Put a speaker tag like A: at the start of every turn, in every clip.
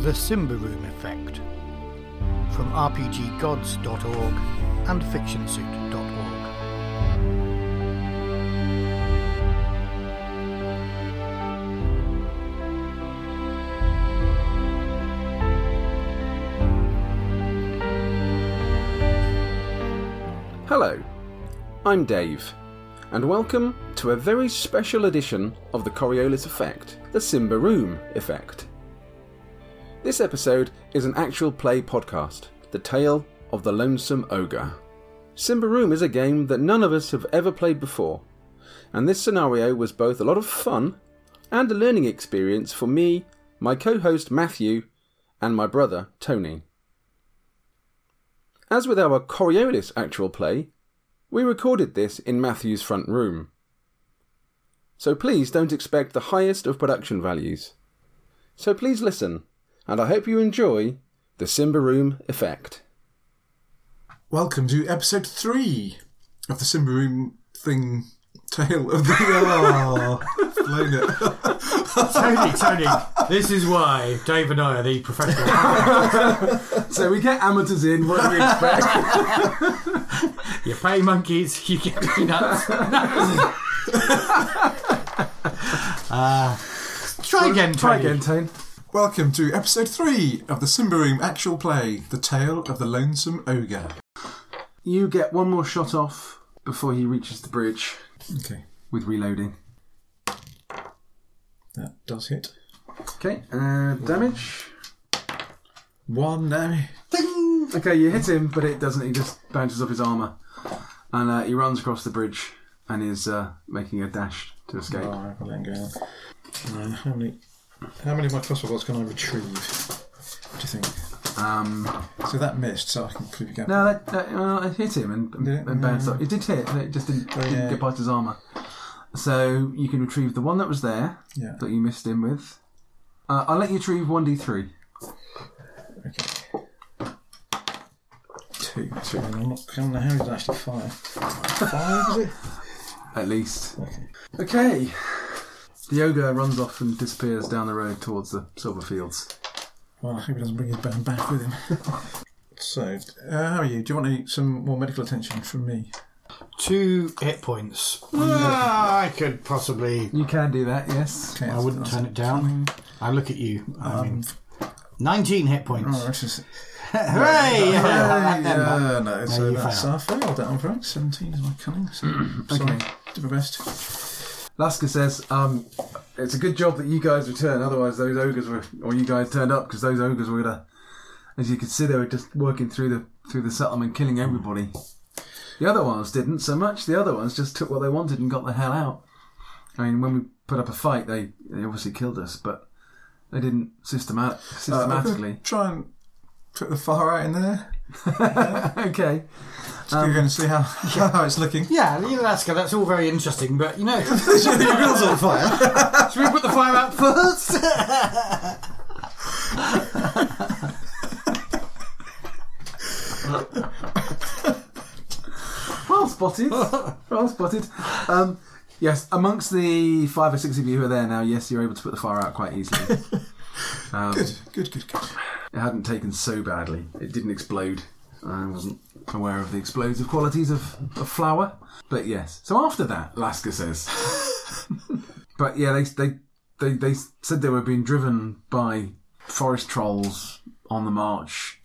A: The Simba Room Effect from RPGgods.org and FictionSuit.org.
B: Hello, I'm Dave, and welcome to a very special edition of the Coriolis Effect, the Simba Room Effect. This episode is an actual play podcast, The Tale of the Lonesome Ogre. Simba Room is a game that none of us have ever played before, and this scenario was both a lot of fun and a learning experience for me, my co host Matthew, and my brother Tony. As with our Coriolis actual play, we recorded this in Matthew's front room. So please don't expect the highest of production values. So please listen, and I hope you enjoy the Simba Room effect.
C: Welcome to episode three of the Simba Room thing tale of the. Oh, blown it.
D: Tony, Tony, this is why Dave and I are the professional.
B: So we get amateurs in, what do we expect?
D: You pay monkeys, you get peanuts. Uh, try again,
E: Try
D: Tony.
E: again, Tane.
C: Welcome to episode three of the Simba Room actual play, The Tale of the Lonesome Ogre.
B: You get one more shot off before he reaches the bridge
C: Okay,
B: with reloading.
C: that does hit.
E: Okay, uh, damage.
C: One damage. Ding!
E: Okay, you hit him, but it doesn't. He just bounces off his armor, and uh, he runs across the bridge and is uh, making a dash to escape.
C: Oh, I've got that going on. Um, how many? How many of my crossbows can I retrieve? What do you think?
E: Um,
C: So that missed, so I can clip again.
E: no, that, that well, it hit him and, and,
C: Did it?
E: and bounced
C: No.
E: off. It did hit, but it just didn't,
C: Oh,
E: didn't
C: yeah.
E: get past his armor. So you can retrieve the one that was there
C: Yeah.
E: that you missed him with. Uh, I'll let you retrieve one d three.
C: Okay. Two. So I'm not counting the how did I actually fire. Five, is it?
E: At least.
C: Okay.
E: Okay. The ogre runs off and disappears down the road towards the silver fields.
C: Well, I hope he doesn't bring his band back with him. so, uh, how are you? Do you want any, some more medical attention from me?
D: Two hit points. Ah, I could possibly.
E: You can do that, yes.
C: Okay,
D: I wouldn't turn it down. I look at you. I mean, 19 hit points.
C: Oh, it's just,
D: Hooray! Yeah,
C: yeah,
D: like that then.
C: yeah, no, so
D: you
C: that's
D: fail.
C: our fail down for it. 17 is my cunning, so sorry. Do my best.
E: Lasker says, um, it's a good job that you guys returned, otherwise those ogres were, or you guys turned up, because those ogres were gonna, as you could see, they were just working through the through the settlement, killing everybody. The other ones didn't so much. The other ones just took what they wanted and got the hell out. I mean, when we put up a fight, they, they obviously killed us, but they didn't systemat-
C: Uh, I'm gonna
E: systematically.
C: try and put the fire out in there.
E: okay.
C: Just go going to see how, how it's looking.
D: Um, Yeah, Alaska, that's all very interesting, but you know. Your grill's on fire. Should we put the fire out first?
E: Well spotted. well spotted. Um, yes, amongst the five or six of you who are there now, yes, you're able to put the fire out quite easily. Um,
C: Good, good, good, good.
E: It hadn't taken so badly. It didn't explode. I wasn't aware of the explosive qualities of, of flour. But yes. So after that, Lasker says. but yeah, they, they, they, they said they were being driven by forest trolls on the march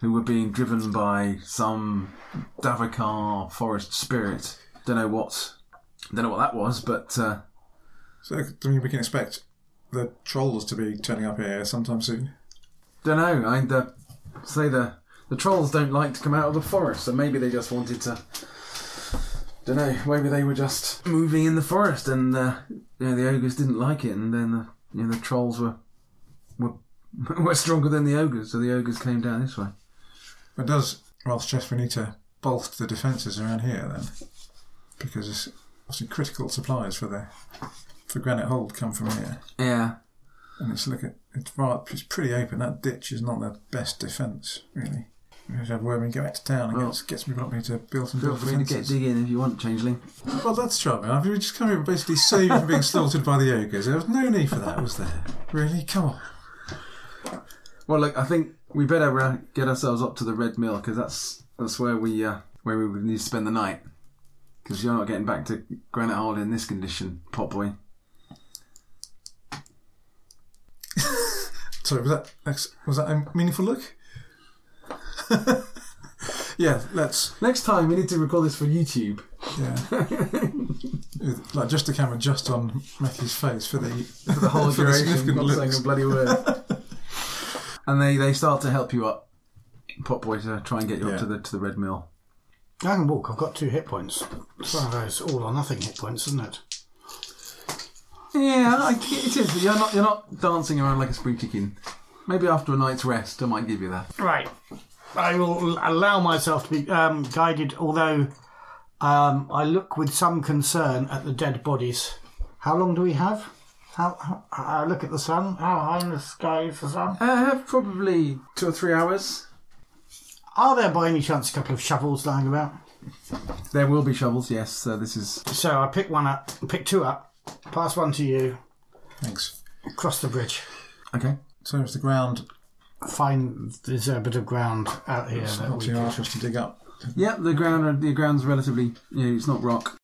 E: who were being driven by some Davakar forest spirit. Don't know what. Don't know what that was, but uh,
C: So, I mean, we can expect the trolls to be turning up here sometime soon.
E: Don't know. I the, say the the trolls don't like to come out of the forest, so maybe they just wanted to. Don't know. Maybe they were just moving in the forest, and uh, you know, the ogres didn't like it, and then the, you know, the trolls were were were stronger than the ogres, so the ogres came down this way.
C: But does Ralph stress we need to bolster the defences around here then? Because it's obviously critical supplies for the for Granite Hold come from here.
E: Yeah.
C: And it's look at it's right up- it's pretty open. That ditch is not the best defence, really. We have to have Worming go out to town and
E: Well,
C: get, get some people up here to build some
E: Feel
C: build
E: free to get
C: defences.
E: digging if you want, changeling.
C: well, that's trouble. I mean, we just come here and basically save you from being slaughtered by the ogres. There was no need for that, was there? Really? Come on.
E: Well, look, I think we better uh, get ourselves up to the Red Mill because that's that's where we uh, where we would need to spend the night. Because you're not getting back to Granite Hall in this condition, pot boy.
C: Sorry, was that ex- was that a meaningful look? yeah, let's
E: Next time we need to record this for YouTube.
C: yeah. With, like just the camera just on Matthew's face for the for the
E: whole
C: the
E: duration,
C: significant
E: not saying
C: looks.
E: a bloody word. and they, they start to help you up, Pop Boy, to try and get you
C: Yeah.
E: up to the to the red mill.
D: I can walk. I've got two hit points. It's one of those all or nothing hit points, isn't it?
E: Yeah, I, it is. But you're not you're not dancing around like a spring chicken. Maybe after a night's rest, I might give you that.
D: Right. I will allow myself to be um, guided, although um, I look with some concern at the dead bodies. How long do we have? How, how I look at the sun. How high in the sky is the sun?
E: Uh, probably two or three hours.
D: Are there, by any chance, a couple of shovels lying about?
E: There will be shovels. Yes. So this is
D: So I pick one up, pick two up, pass one to you,
C: Thanks.
D: cross the bridge,
E: okay.
C: So is the ground
D: find there's a bit of ground out here
C: it's
D: that
C: not
D: we
C: too hard
D: could.
C: for us to dig up?
E: Yeah, the ground the ground's relatively you know, it's not rock.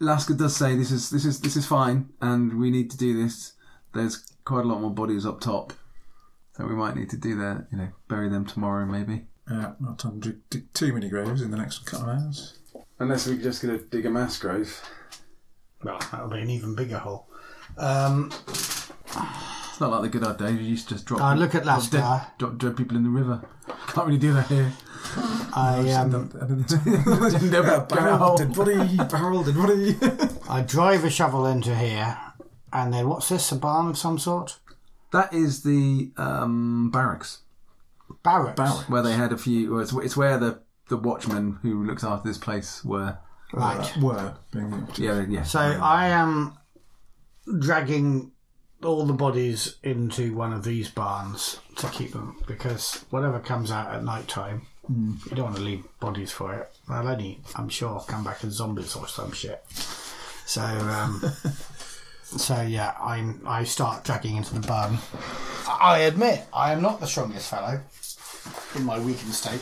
E: Lasker does say this is this is this is fine and we need to do this. There's quite a lot more bodies up top. So we might need to do that, you know, bury them tomorrow maybe.
C: Uh, not time to dig too many graves in the next couple of hours.
E: Unless we're just gonna dig a mass grave.
D: Well, that'll be an even bigger hole. Um,
E: It's not like the good old days, you used to just drop
D: I look at
E: drop
D: Lasker.
E: dead- drop dead people in the river. Can't really do that here.
D: I um,
E: Never
C: Barrel, dead body, barrel, dead body.
D: I drive a shovel into here, and then what's this? A barn of some sort?
E: That is the um, barracks.
D: Barracks.
C: Barracks.
E: Where they had a few well, it's, it's where the the watchman who looks after this place were
D: Right.
C: Uh, Were being empty.
E: yeah, yeah.
D: So I am dragging all the bodies into one of these barns to keep them because whatever comes out at night time, you don't want to leave bodies for it. They'll only, I'm sure, come back as zombies or some shit. So, um, so yeah, I I start dragging into the barn. I admit I am not the strongest fellow in my weakened state.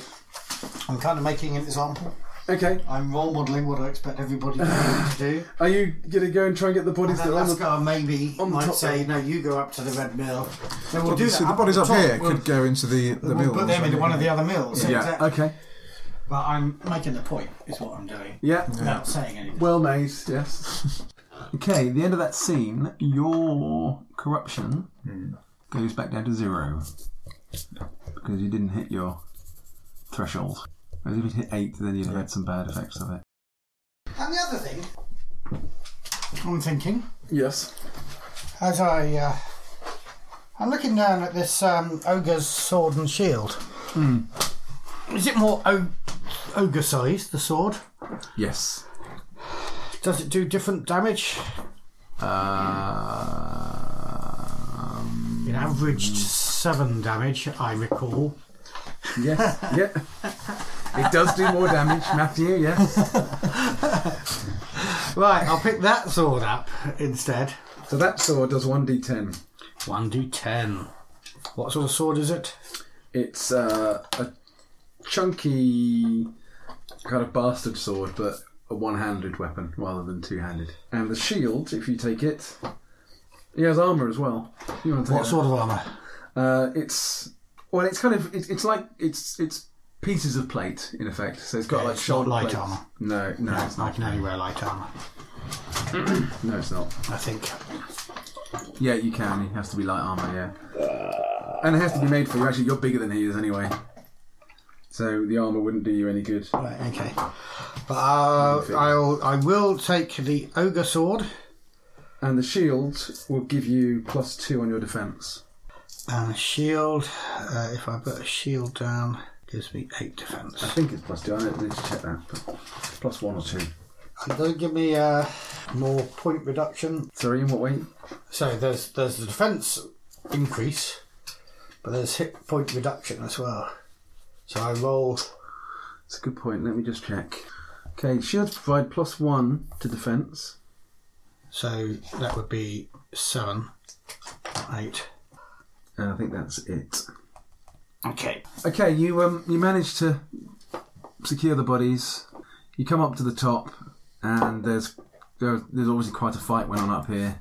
D: I'm kind of making an example.
E: Okay.
D: I'm role modelling what I expect everybody to do.
E: Are you gonna go and try and get the bodies
D: That last guy maybe
E: on the
D: might
E: top
D: say, no, you go up to the red mill. Then we'll do that.
C: So the
D: up
C: bodies
D: at
C: up
D: the top.
C: here
D: We'll,
C: could go into the the
D: we'll
C: mill.
D: put them into one of the other mills. Yeah.
E: Yeah.
D: Exactly.
E: Okay.
D: But I'm making the point, is what I'm doing.
E: Yeah.
D: Without saying anything.
E: Well made. Yes. okay. The end of that scene. Your corruption goes back down to zero because you didn't hit your threshold. Whereas if you hit eight, then you'd have had some bad effects of it.
D: And the other thing I'm thinking,
E: Yes.
D: as I. Uh, I'm looking down at this um, ogre's sword and shield. Hmm. Is it more o- ogre sized, the sword?
E: Yes.
D: Does it do different damage?
E: Um,
D: It averaged seven damage, I recall.
E: yes. Yeah. It does do more damage, Matthew. Yes.
D: Right, I'll pick that sword up instead.
E: So that sword does one d10.
D: One d ten. What sort of sword is it?
E: It's uh, a chunky kind of bastard sword, but a one-handed weapon rather than two-handed. And the shield, if you take it, he has armor as well. You want to take
D: What
E: that?
D: sort of armour?
E: Uh, it's well, it's kind of it's, it's like it's it's pieces of plate in effect. So it's got
D: Yeah,
E: like
D: it's not
E: shoulder
D: light
E: plates.
D: armor.
E: No, no, it's
D: I
E: not.
D: can only wear light armour,
E: No, it's not.
D: I think.
E: Yeah, you can. It has to be light armor. Yeah, and it has to be made for you. Actually, you're bigger than he is anyway. So the armor wouldn't do you any good.
D: Right, okay. But uh, I'll I will take the ogre sword
E: And the shield will give you plus two on your defense.
D: and a shield. Uh, if I put a shield down, gives me eight defence.
E: I think it's plus two. I don't need to check that. But plus one or two.
D: And does it give me uh, more point reduction?
E: Sorry, in what way?
D: So there's there's the defence increase, but there's hit point reduction as well. So I roll
E: It's a good point. Let me just check. Okay, shields provide plus one to defense.
D: So that would be seven, eight.
E: And I think that's it.
D: Okay.
E: Okay, you um, you manage to secure the bodies. You come up to the top, and there's there, there's obviously quite a fight went on up here.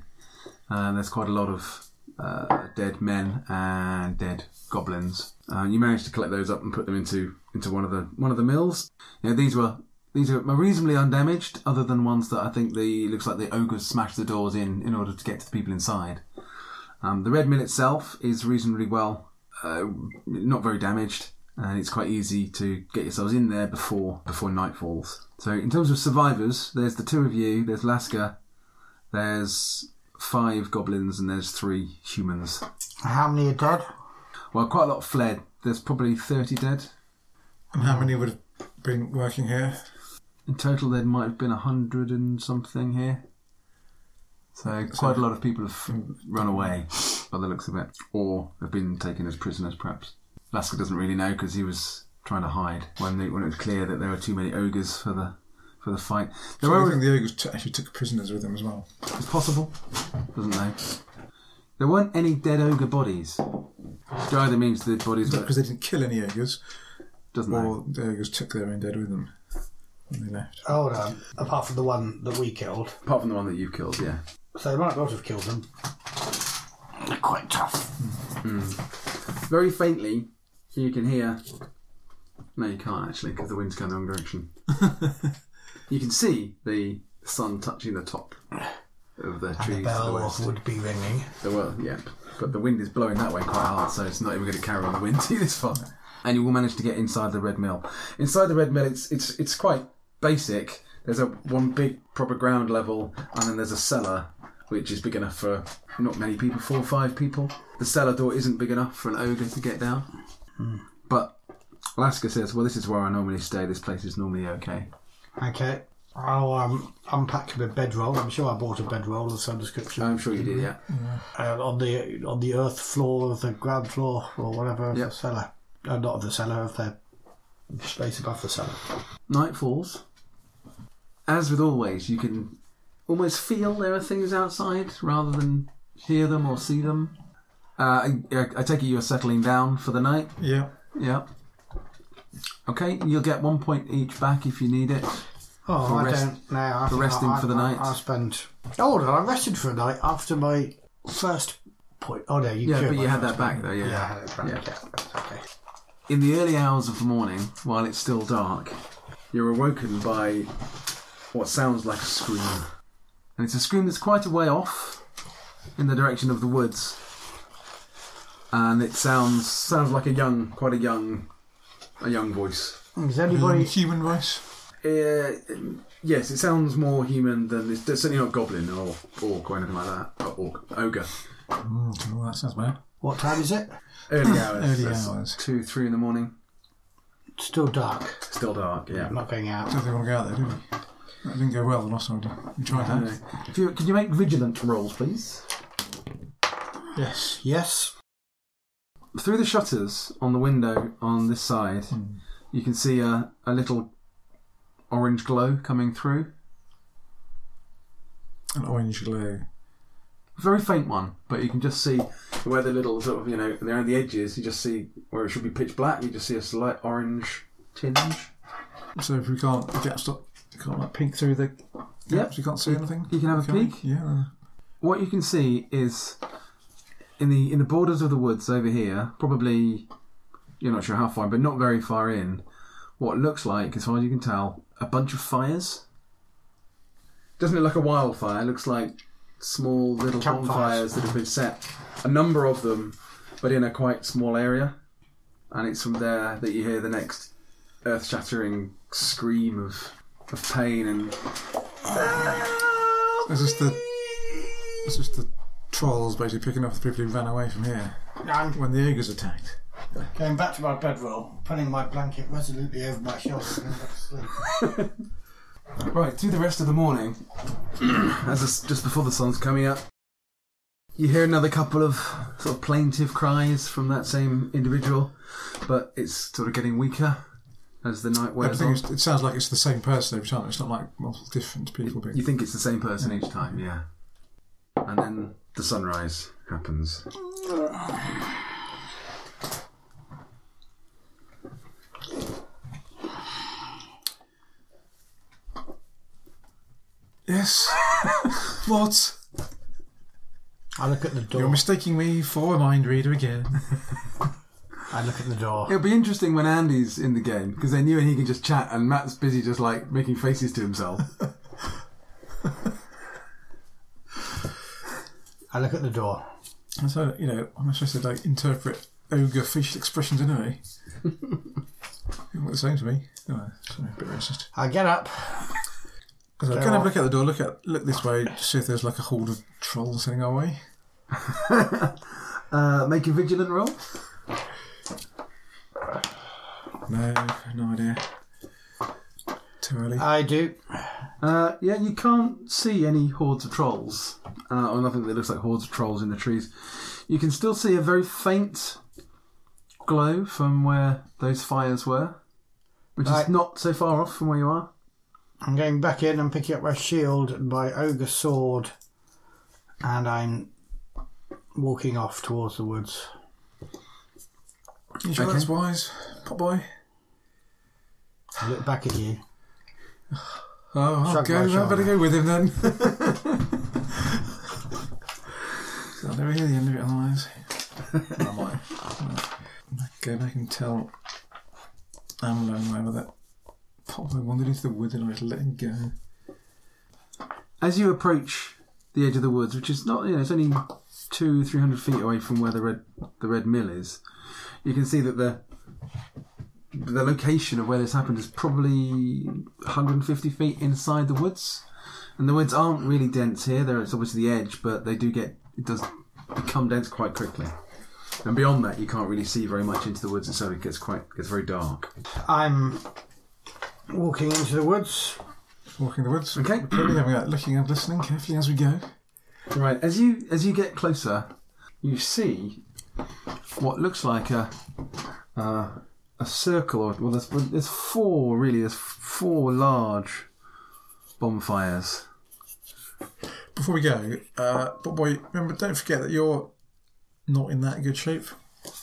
E: Uh, there's quite a lot of uh, dead men and dead goblins. Uh, you manage to collect those up and put them into into one of the one of the mills. You know, these were these are reasonably undamaged, other than ones that I think the looks like the ogres smashed the doors in in order to get to the people inside. Um, the red mill itself is reasonably well uh, not very damaged, and it's quite easy to get yourselves in there before before night falls. So in terms of survivors, there's the two of you. There's Lasker. There's five goblins and there's three humans.
D: How many are dead?
E: Well, quite a lot fled. There's probably thirty dead
C: And how many would have been working here?
E: in total. There might have been a hundred and something here. So quite a lot of people have run away, by the looks of it, or have been taken as prisoners, perhaps. Lasker doesn't really know because he was trying to hide when, they, when it was clear that there were too many ogres for the for the fight. There
C: So I
E: were-
C: think the ogres t- actually took prisoners with them as well.
E: It's possible. Doesn't know. There weren't any dead ogre bodies. Which either means the bodies were,
C: Because they didn't kill any ogres,
E: doesn't know.
C: or the ogres took their own dead with them when they left.
D: Hold on. Apart from the one that we killed.
E: Apart from the one that you killed, yeah.
D: So they might not have killed them. They're quite tough.
E: Very faintly, you can hear. No, you can't actually, because the wind's going the wrong direction. you can see the sun touching the top of the trees
D: The
E: to the
D: bell
E: west.
D: would be ringing.
E: The well, yeah. But the wind is blowing that way quite hard, so it's not even going to carry on the wind to this far. And you will manage to get inside the red mill. Inside the red mill, it's it's it's quite basic. There's a one big proper ground level, and then there's a cellar, which is big enough for not many people, four or five people. The cellar door isn't big enough for an ogre to get down. But Alaska says, "Well, this is where I normally stay. This place is normally okay."
D: Okay. I'll um, unpack my bedroll. I'm sure I bought a bedroll of some description
E: I'm sure you did, yeah.
D: uh, on the on the earth floor of the ground floor or whatever of
E: Yep.
D: the cellar. Uh, not of the cellar, of the space above the cellar.
E: Night falls. As with always, you can almost feel there are things outside rather than hear them or see them. Uh, I, I take it you're settling down for the night.
C: Yeah.
E: Yeah. Okay, you'll get one point each back if you need it.
D: Oh,
E: For
D: I
E: rest-
D: don't know. I
E: for
D: think
E: resting
D: I,
E: for the
D: I-
E: night.
D: I spent. Oh, no, I rested for a night after my first point. Oh, no, you
E: Yeah,
D: cured
E: but
D: my
E: you had
D: first
E: that back
D: point.
E: though. Yeah.
D: Yeah, I had it back.
E: Yeah.
D: Yeah. that's okay.
E: In the early hours of the morning, while it's still dark, you're awoken by what sounds like a scream. And it's a scream that's quite a way off in the direction of the woods. And it sounds sounds like a young, quite a young, a young voice.
D: Is
C: Um,
E: Mm-hmm.
D: anybody.
C: human voice?
E: Uh, yes, it sounds more human than it's certainly not goblin or orc or anything like that. Or orc, ogre.
C: Mm, well, that sounds bad.
D: What time is it?
E: Early hours.
C: Early
E: that's
C: hours.
E: Two, three in the morning.
D: It's still dark.
E: Still dark. Yeah.
D: I'm not going out.
C: Don't think we want to go out there, do we? That didn't go well the last time we did. We tried that.
E: Anyway, if you, can you make vigilant rolls, please?
C: Yes.
D: Yes.
E: through the shutters on the window on this side, you can see a, a little orange glow coming through.
C: An orange glow.
E: Very faint one, but you can just see where the little sort of, you know, around the edges, you just see where it should be pitch black, you just see a slight orange tinge.
C: So if we can't get stop, we can't like peek through the
E: Yep.
C: gaps, we can't see anything.
E: You can have a
C: we?
E: peek.
C: Yeah.
E: What you can see is in the in the borders of the woods over here, probably you're not sure how far, but not very far in, what looks like, as far as you can tell, a bunch of fires. Doesn't it look like a wildfire? It looks like small little
D: Campfires.
E: bonfires that have been set, a number of them, but in a quite small area. And it's from there that you hear the next earth shattering scream of, of pain and
C: Is this the? Is this the trolls basically picking up the people who ran away from here
D: I'm
C: when the ogres attacked?
D: going back to my bedroll, putting my blanket resolutely over my shoulders and going back to sleep.
E: Right, through the rest of the morning, as it's just before the sun's coming up, you hear another couple of sort of plaintive cries from that same individual, but it's sort of getting weaker as the night
C: But
E: wears
C: the thing
E: on.
C: is, it sounds like it's the same person every time. It's not like multiple different people. Being...
E: You think it's the same person each time, yeah. And then the sunrise happens.
C: Yes. what?
D: I look at the
C: You're
D: door.
C: mistaking me for a mind reader again.
D: I look at the door.
E: It'll be interesting when Andy's in the game because then you and he can just chat, and Matt's busy just like making faces to himself.
D: I look at the door.
C: And so, you know, I'm not supposed to like interpret ogre facial expressions anyway. It look the same to me. No, it's a bit racist.
D: I get up.
C: So I
D: They're
C: kind of
D: off.
C: look out the door, look at look this way, to see if there's like a horde of trolls heading our way.
E: Uh, make a vigilant roll.
C: No, no idea. Too early.
D: I do.
E: Uh, yeah, you can't see any hordes of trolls, uh, or nothing that looks like hordes of trolls in the trees. You can still see a very faint glow from where those fires were, which
D: Right.
E: is not so far off from where you are.
D: I'm going back in and picking up my shield and my ogre sword, and I'm walking off towards the woods.
C: you sure that's wise, pot boy?
D: I look back at you.
C: Oh, I'll
D: Shrug
C: go.
D: my
C: I better
D: shoulder.
C: go with him then. I'll never hear the end of it otherwise. I might. I Go back and tell Amlo and whoever that Popeye wandered into the wood and I just let him go.
E: As you approach the edge of the woods, which is not, you know, it's only two, three hundred feet away from where the red the red mill is, you can see that the the location of where this happened is probably 150 feet inside the woods, and the woods aren't really dense here. There, it's obviously the edge, but they do get it does become dense quite quickly. And beyond that, you can't really see very much into the woods, and so it gets quite gets very dark.
D: I'm walking into the woods.
C: Walking the woods.
E: Okay.
C: Probably having that looking and listening carefully as we go.
E: Right, as you as you get closer, you see what looks like a uh, a circle. Or, well, there's, well, there's four really. There's four large bonfires.
C: Before we go, uh, Popeye, remember, don't forget that you're not in that good shape.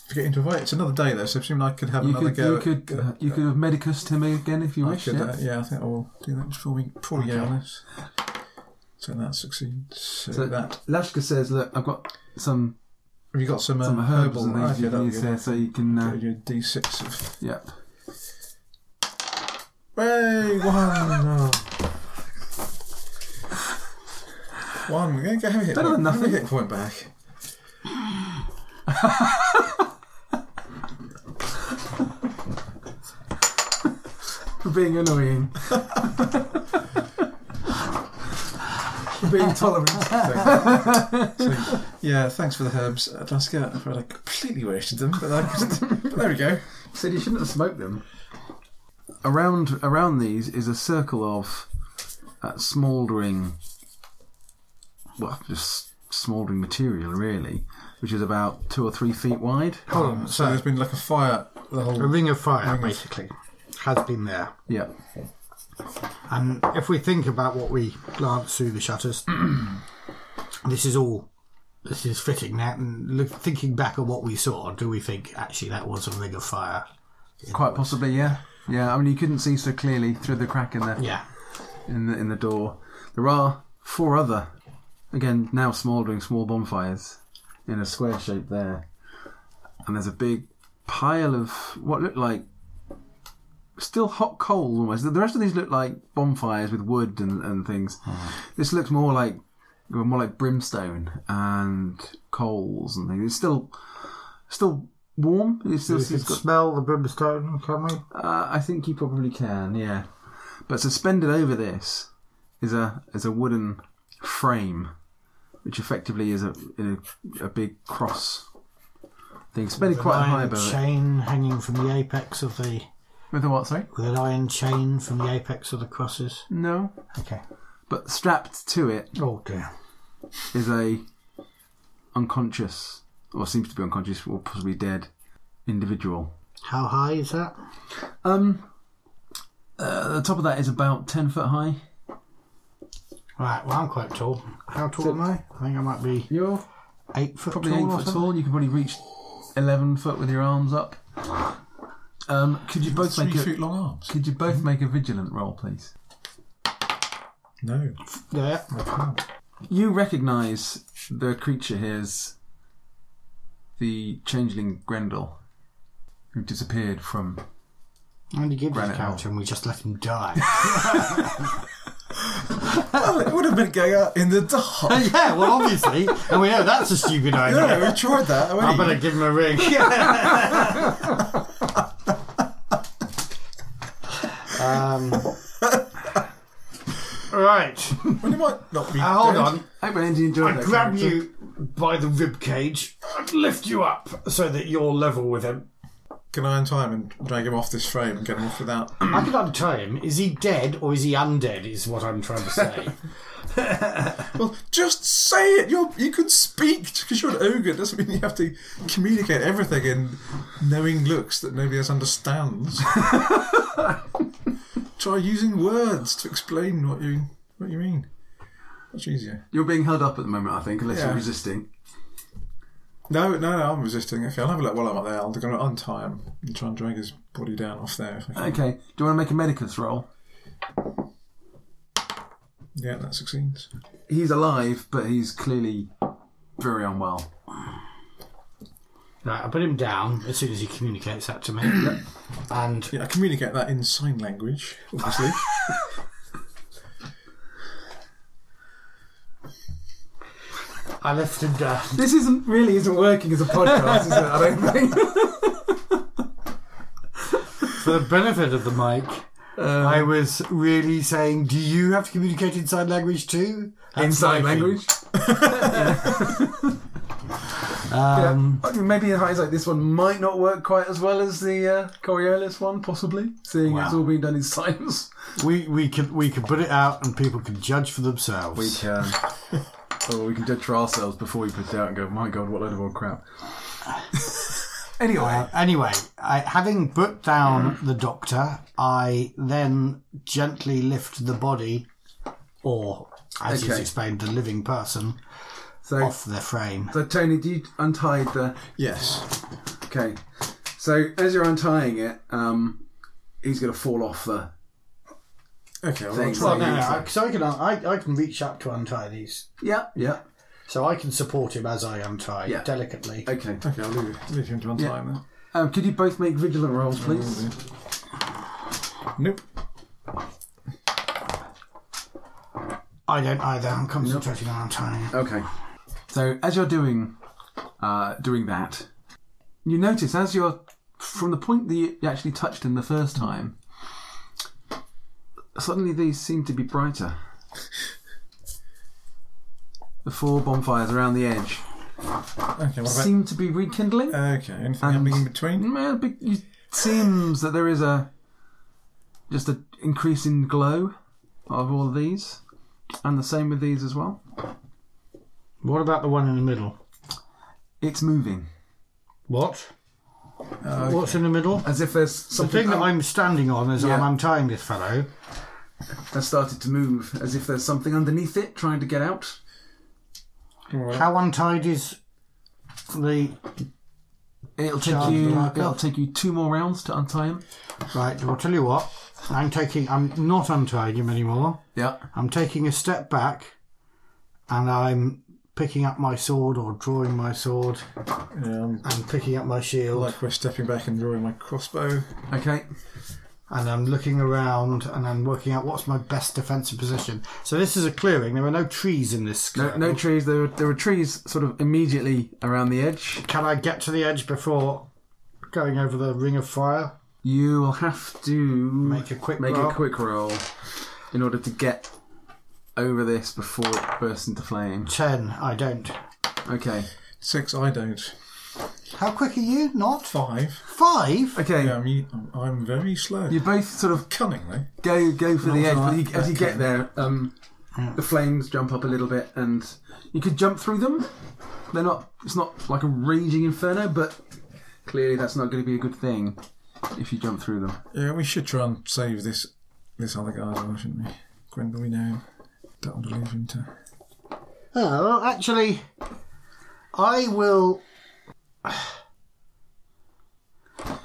C: Forgetting to wait. It's another day though, so I presume I could have
E: You
C: another
E: could
C: go.
E: you
C: at-
E: could uh, you could have medicused him again if you
C: I
E: wish.
C: could,
E: Yeah.
C: uh, yeah, I think I will do that before we before we go on this. So that succeeds. So,
E: So
C: that
E: Lashka says, "Look, I've got some
C: have you got some, uh,
E: some herbs
C: herbal
E: and
C: knife?
E: things you
C: Yeah,
E: can use
C: that'll
E: there, so you can." Uh,
C: be your D six of
E: yep.
C: Hey, one, oh. one. We're gonna go have a hit.
E: Better
C: point.
E: than
C: Have a
E: nothing.
C: hit point back.
E: For being annoying. For being tolerant.
C: Yeah, thanks for the herbs, Atlaska. I feel like I completely wasted them, but, I could, but there we go.
E: Said you shouldn't have smoked them. Around around these is a circle of uh, smouldering, well, just smouldering material really, which is about two or three feet wide.
D: Hold on.
C: So
D: So
C: there's been like a fire the
D: a
C: whole.
D: ring of fire, basically, has been there.
E: Yeah,
D: And if we think about what we glance through the shutters, this is all. This is fitting now. And look, thinking back on what we saw, do we think actually that was a ring of fire?
E: quite possibly. Yeah, yeah. I mean, you couldn't see so clearly through the crack in the
D: Yeah.
E: in the in the door. There are four other, again now smouldering small bonfires in a square shape there, and there's a big pile of what looked like still hot coal almost. The rest of these look like bonfires with wood and, and things. This looks more like more like brimstone and coals and things. It's still still warm. It's still
D: We
E: it's
D: can
E: got
D: smell the brimstone, can we?
E: uh, I think you probably can, yeah. But suspended over this is a is a wooden frame, which effectively is a in a, a big cross thing, suspended
D: An
E: quite high
D: iron
E: above it.
D: chain hanging from the apex of the
E: With a what? Sorry,
D: with an iron chain from the apex of the crosses.
E: no.
D: Okay.
E: But strapped to it
D: Oh dear.
E: is a unconscious, or seems to be unconscious, or possibly dead individual.
D: How high is that?
E: Um, uh, the top of that is about ten foot high.
D: Right. Well, I'm quite tall. How tall am I? I think I might be
E: You're
D: eight foot
E: probably
D: tall.
E: eight
D: or
E: foot
D: something.
E: tall. You can probably reach eleven foot with your arms up. Um, could you both
C: Three
E: make a
C: foot long arms.
E: Could you both make a vigilant roll, please?
C: No.
D: Yeah.
C: I can't.
E: You recognise the creature here as the changeling Grendel, who disappeared from.
D: And he gave us
E: Granite
D: couch and we just let him die.
C: Oh, it would have been going out in the dark.
D: yeah, well, obviously. And we know that's a stupid idea.
C: yeah, we tried that.
D: I
C: haven't we?
D: better give him a ring. um, Um, right.
C: Well, it might not be.
D: Now, Ah, hold
C: dead.
D: on.
E: I hope Andy enjoyed
D: I
E: that
D: grab
E: character.
D: you by the rib cage and lift you up so that you're level with him.
C: Can I untie him and drag him off this frame and get him off without?
D: I could untie him. Is he dead or is he undead? Is what I'm trying to say.
C: well, just say it. You're you can speak just because you're an ogre doesn't mean you have to communicate everything in knowing looks that nobody else understands. Try using words to explain what you what you mean. Much easier.
E: You're being held up at the moment, I think, unless
C: Yeah.
E: you're resisting.
C: No, no, no, I'm resisting. Okay, I'll have a look while I'm up there. I'm going to untie him and try and drag his body down off there. If I can.
E: Okay. Do you want to make a medicus roll?
C: Yeah, that succeeds.
E: He's alive, but he's clearly very unwell.
D: right, I put him down as soon as he communicates that to me. And
C: Yeah, I communicate that in sign language, obviously.
D: I uh, left him down.
E: This isn't really isn't working as a podcast, is it? I don't think.
D: For the benefit of the mic,
E: Um,
D: I was really saying, do you have to communicate in sign language too? That's
E: Sign
D: my thing.
E: language.
D: Um,
E: I mean, Maybe in hindsight, this one might not work quite as well as the uh, Coriolis one, possibly, seeing it's
D: Wow.
E: all being done in silence.
D: We we can we can put it out and people can judge for themselves.
E: We can. or we can judge for ourselves before we put it out and go, my god, what load of old crap. anyway,
D: Uh, anyway, I, having put down the doctor, I then gently lift the body, or as you
E: Okay.
D: explained, the living person
E: so,
D: off their frame.
E: so Tony, do you untie the.
C: yes.
E: Okay. So as you're untying it, um, he's going to fall off the.
C: Okay, well, I'll
E: Thanks.
C: try.
E: Well, no, no, I-
D: so I can I, I can reach up to untie these,
E: Yeah, yeah.
D: so I can support him as I untie
E: Yeah.
D: delicately.
E: Okay.
C: Okay, I'll leave, leave him to untie
E: Yeah.
C: him
E: Um, could you both make vigilant rolls, please?
C: then. Nope.
D: I don't either. I'm concentrating on untying. it.
E: Okay. So as you're doing uh, doing that, you notice as you're from the point that you actually touched him the first time, suddenly these seem to be brighter. The four bonfires around the edge
C: Okay, what about?
E: seem to be
D: Uh,
E: rekindling.
C: Okay, anything happening in between?
E: Well, be- It seems that there is a just an increase in glow of all of these, and the same with these as well.
D: What about the one in the middle?
E: It's moving
D: What? What's in the middle?
E: as if there's
D: The
E: something
D: thing that I'm standing on as
E: Yeah.
D: I'm untying this fellow.
E: has started to move, as if there's something underneath it trying to get out.
D: How untied is the
E: It'll take
D: Charge
E: you.
D: the rocket.
E: It'll take you two more rounds to untie him.
D: right? I'll tell you what. I'm taking. I'm not untying him anymore.
E: Yeah.
D: I'm taking a step back, and I'm picking up my sword or drawing my sword
C: Um,
D: and picking up my shield,
C: like we're stepping back and drawing my crossbow.
E: Okay.
D: and I'm looking around and I'm working out what's my best defensive position. So this is a clearing. There are no trees in this.
E: No, no trees. There were, there were trees sort of immediately around the edge.
D: Can I get to the edge before going over the ring of fire?
E: You will have to make
D: Make a quick
E: make
D: roll.
E: a quick roll in order to get over this before it bursts into flame.
D: ten. I don't.
E: Okay.
C: Six, I don't.
D: How quick are you? Not
C: Five.
D: five.
E: Okay.
C: Yeah, I'm, u- I'm, I'm very slow.
E: You both sort of
C: Cunningly.
E: go go for the edge, but
C: alright.
E: you, as you get there, um, the flames jump up a little bit, and you could jump through them. They're not. It's not like a raging inferno, but clearly that's not going to be a good thing if you jump through them.
C: Yeah, we should try and save this this other guy as well, shouldn't we? Grendel, we know him. Don't want to leave him to.
D: Oh, well, actually, I will.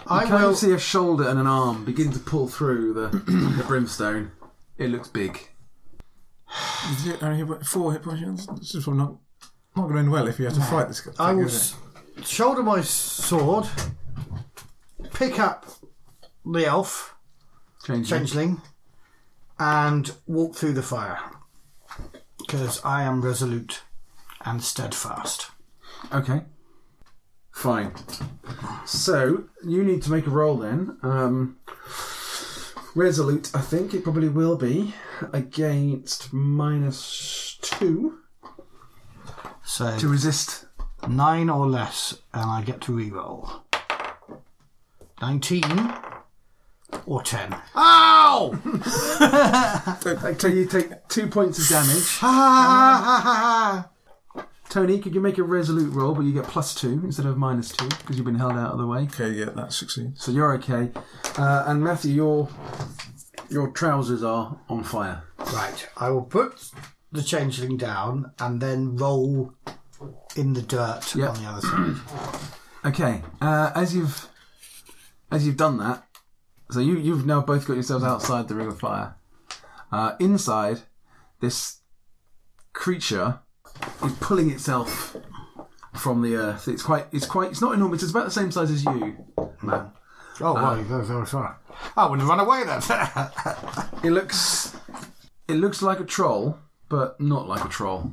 D: I
E: You kind
D: will.
E: of see a shoulder and an arm begin to pull through the, the brimstone. It looks big.
C: Zero, I mean, hit point- four hit points. This is probably not not going to end well if you have to fight this guy.
D: I
C: thing,
D: will
C: is it?
D: s- shoulder my sword, pick up the elf
E: Change.
D: changeling, and walk through the fire because I am resolute and steadfast.
E: Okay. Fine. So you need to make a roll then. Um, resolute, I think it probably will be against minus two
D: So
E: to resist.
D: nine or less, and I get to reroll. Nineteen or ten. Ow!
E: So you take two points of damage. Tony, could you make a resolute roll, but you get plus two instead of minus two because you've been held out of the way.
C: Okay, yeah, that succeeds.
E: So you're okay. Uh, and Matthew, your your trousers are on fire.
D: Right, I will put the changeling down and then roll in the dirt
E: Yep.
D: on the other side.
E: Okay. Uh, as you've as you've done that, so you you've now both got yourselves outside the ring of fire. Uh, inside, this creature is pulling itself from the earth. It's quite it's quite it's not enormous. It's about the same size as you. Matt.
D: Oh,
E: Ah.
D: wow, you're very far. I would have run away then.
E: It looks it looks like a troll, but not like a troll.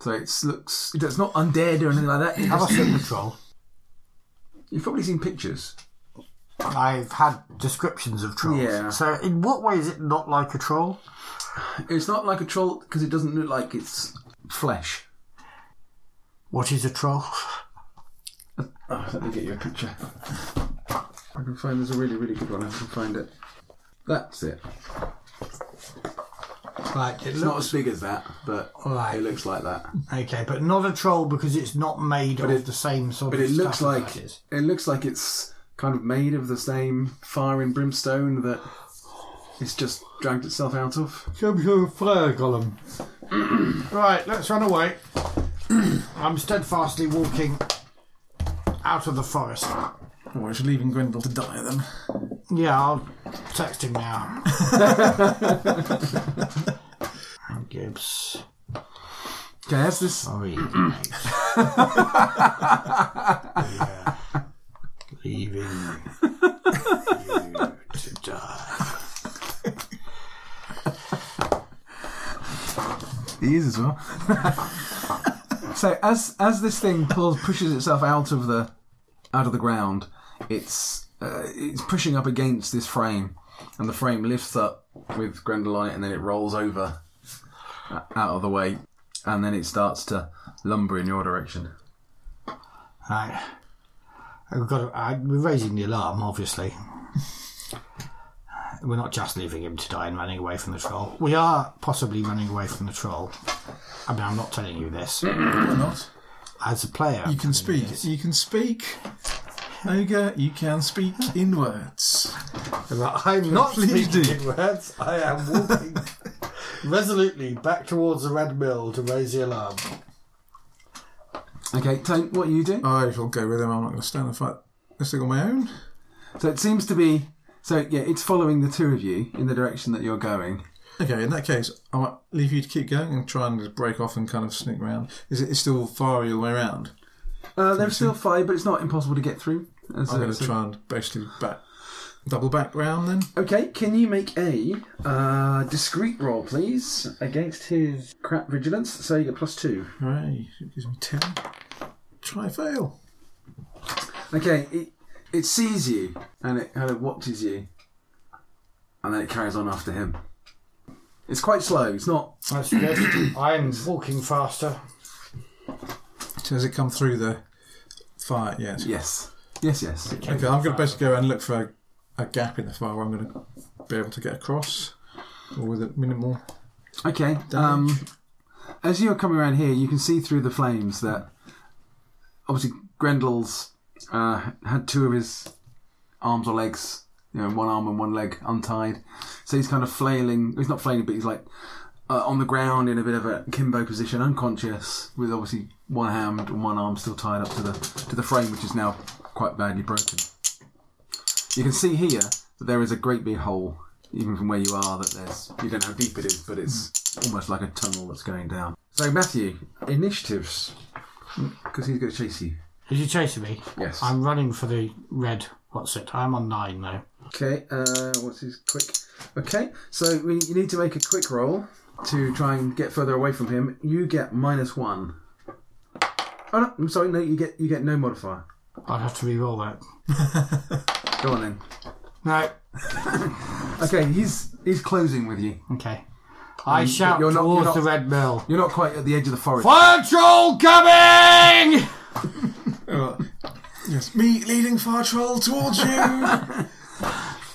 E: So it looks it's not undead or anything like that. It
D: have I
E: just-
D: seen the troll?
E: you've probably seen pictures.
D: I've had descriptions of trolls.
E: Yeah.
D: So, in what way is it not like a troll?
E: It's not like a troll because it doesn't look like it's flesh.
D: What is a troll?
E: Oh, let me get you a picture. I can find there's a really, really good one. I can find it. That's it.
D: Right, it
E: It's not as big as that, but
D: Right.
E: it looks like that.
D: okay, but not a troll because it's not made of
E: it-
D: the same sort
E: But
D: of
E: it looks
D: stuff as
E: like
D: that is.
E: it looks like it's kind of made of the same fire and brimstone that it's just dragged itself out of.
D: Some sort of flare column. right, let's run away. I'm steadfastly walking out of the forest.
C: Well, we're leaving Grendel to die then.
D: Yeah, I'll text him now. Gibbs.
E: Okay, as this
D: Sorry. Leaving you to die.
E: He is as well. so as as this thing pulls pushes itself out of the out of the ground, it's uh, it's pushing up against this frame, and the frame lifts up with Grendel on it, and then it rolls over uh, out of the way, and then it starts to lumber in your direction.
D: Right. We've got to, I, we're raising the alarm, obviously. We're not just leaving him to die and running away from the troll. We are possibly running away from the troll. I mean, I'm not telling you this.
C: Why not?
D: As a player,
C: You can speak. You can speak. Ogre, you can speak in words.
D: But I'm not
C: Please
D: speaking
C: do.
D: in words. I am walking resolutely back towards the red mill to raise the alarm.
E: Okay, Tone, what are you doing?
C: I shall Oh, go with him. I'm not going to stand and fight this thing on my own.
E: So it seems to be so yeah, it's following the two of you in the direction that you're going.
C: Okay, in that case, I might leave you to keep going and try and just break off and kind of sneak round. Is it it's still far all the way around?
E: Uh, there's still fire, but it's not impossible to get through. And so-
C: I'm going to
E: so-
C: try and basically back, double back round then.
E: Okay, can you make a uh, discreet roll, please, against his crap vigilance? So you get plus two.
C: Hooray, it gives me 10. Try fail.
E: Okay, it, it sees you and it kind of watches you, and then it carries on after him. It's quite slow. It's not.
D: That's good. I'm walking faster.
C: So has it come through the fire yet?
E: Yes, yes, yes.
C: Okay, I'm going to basically go and look for a, a gap in the fire where I'm going to be able to get across, or with a minimal.
E: Okay. Um, as you're coming around here, you can see through the flames that obviously Grendel's uh, had two of his arms or legs, you know, one arm and one leg untied. So he's kind of flailing. He's not flailing, but he's like uh, on the ground in a bit of a kimbo position, unconscious, with obviously one hand and one arm still tied up to the to the frame, which is now quite badly broken. You can see here that there is a great big hole, even from where you are. That there's you don't know how deep it is, but it's almost like a tunnel that's going down. So Matthew, initiatives, because he's going to chase you.
D: Is he chasing me?
E: Yes.
D: I'm running for the red. What's it? I'm on nine now.
E: Okay. Uh, what's his quick? Okay. So we, you need to make a quick roll to try and get further away from him. You get minus one. Oh no! I'm sorry. No, you get you get no modifier.
D: I'd have to re-roll that.
E: Go on then.
D: No.
E: Okay, he's he's closing with you.
D: Okay. I shout
E: Um, you're not- you're
D: towards
E: not-
D: the red mill.
E: You're not quite at the edge of the forest.
D: Fire troll coming!
C: Yes, me leading fire troll towards you.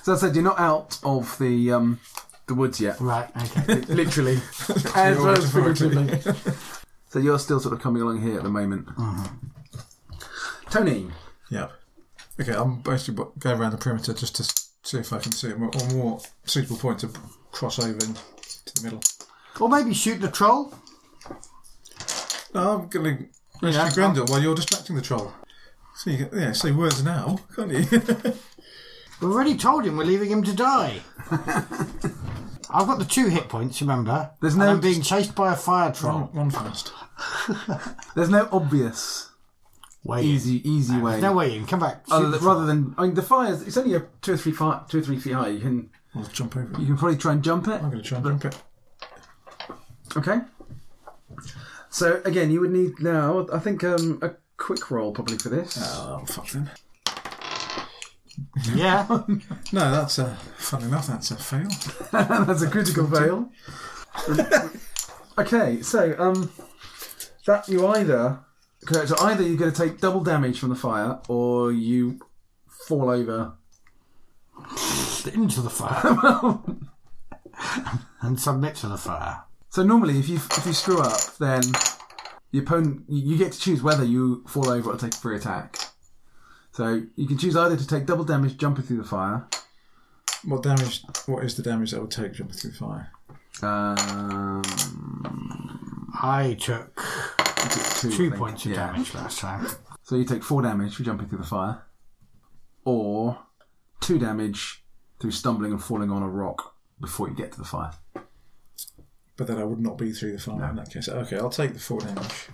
E: So I said you're not out of the um, the woods yet.
D: Right. Okay.
E: Literally, as well as
C: metaphorically.
E: figuratively. so you're still sort of coming along here at the moment. Mm-hmm. Tony,
C: Yep. Okay, I'm basically bo- go around the perimeter just to s- see if I can see it or more suitable point to cross over into the middle.
D: or maybe shoot the troll.
C: No, I'm going to rescue
D: Yeah.
C: Grendel while you're distracting the troll. So you can, yeah, say words now, can't you?
D: We've already told him we're leaving him to die. I've got the two hit points. Remember.
E: There's
D: And
E: no- Oh,
D: I'm being chased by a fire troll.
C: run, run fast.
E: there's no obvious
D: Wait.
E: easy easy way.
D: No way in. Come back. Shoot
E: Other
D: the
E: than-
D: troll.
E: rather than, I mean, the fire's it's only a two or three fi two or three feet high. You can
C: I'll jump over it.
E: you can probably try and jump it.
C: I'm going to try and jump it.
E: Okay. So again, you would need now. I think um, a quick roll probably for this.
C: Oh, fuck then.
D: yeah.
C: No, that's a. Fun enough, that's a fail.
E: That's a critical fail. okay, so um, that you either correct. So either you're going to take double damage from the fire, or you fall over.
D: Into the fire. and submit to the fire.
E: So normally, if you if you screw up, then the opponent you you get to choose whether you fall over or take a free attack. So you can choose either to take double damage jumping through the fire.
C: What damage? What is the damage that would take jumping through fire?
E: Um,
D: I took
E: two, I
D: two
E: think.
D: points of
E: Yeah.
D: damage last time.
E: So you take four damage for jumping through the fire, or two damage through stumbling and falling on a rock before you get to the fire.
C: But then I would not be through the fire in that case. Okay, I'll take the four damage.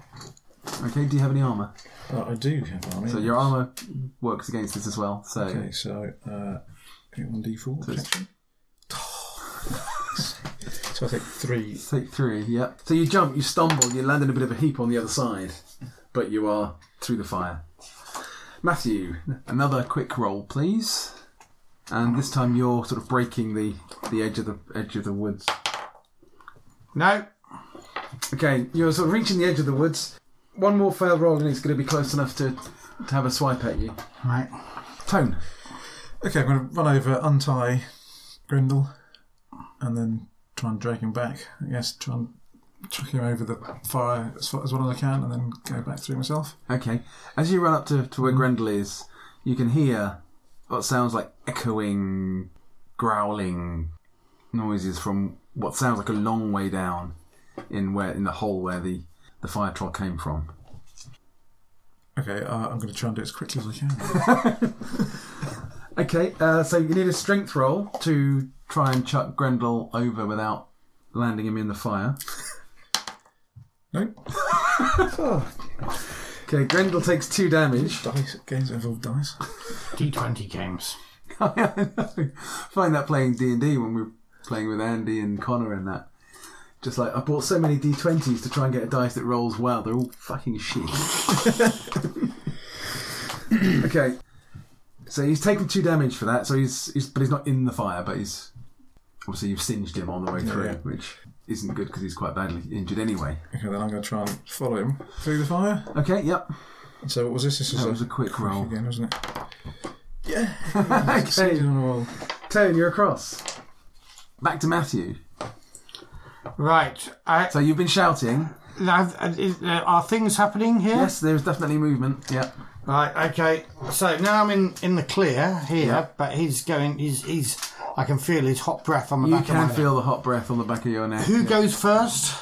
E: Okay, do you have any armor?
C: Oh, I do have army.
E: So your armor works against this as well. So
C: Okay, so uh, one d four. So I take three.
E: take three. Yep. So you jump, you stumble, you land in a bit of a heap on the other side, but you are through the fire. Matthew, another quick roll, please. And this time you're sort of breaking the, the edge of the edge of the woods.
D: No.
E: Okay, you're sort of reaching the edge of the woods. One more failed roll and he's going to be close enough to, to have a swipe at you.
D: Right.
E: Tone.
C: Okay, I'm going to run over, untie Grindel, and then try and drag him back. I guess try and chuck him over the fire as far as well as I can, and then go back through myself.
E: Okay, as you run up to, to where Grendel is, you can hear what sounds like echoing, growling noises from what sounds like a long way down in where in the hole where the, the fire troll came from.
C: Okay, uh, I'm going to try and do it as quickly as I can.
E: Okay, uh, so you need a strength roll to try and chuck Grendel over without landing him in the fire.
C: nope,
E: Okay, Grendel takes two damage.
C: dice games involve dice.
D: D20 games.
E: I know. find that playing D and D when we were playing with Andy and Connor and that. Just like I bought so many D twenties to try and get a dice that rolls well. They're all fucking shit. okay, so he's taken two damage for that. So he's, he's but he's not in the fire. But he's obviously you've singed him on the way through,
C: yeah.
E: which isn't good because he's quite badly injured anyway.
C: Okay, then I'm going to try and follow him through the fire.
E: Okay, yep,
C: And so what was this? This
E: that was a quick roll.
C: again, wasn't it?
E: okay,
C: Succeeded on a roll.
E: Tone, you're across. Back to Matthew.
D: Right. I,
E: So you've been shouting.
D: Now, uh, is- uh, are things happening here?
E: Yes, there's definitely movement. Yep.
D: Right. Okay. So now I'm in in the clear here, but he's going. He's he's. I can feel his hot breath on the
E: You
D: back of
E: can
D: my
E: feel the hot breath on the back of your neck.
D: Who goes first?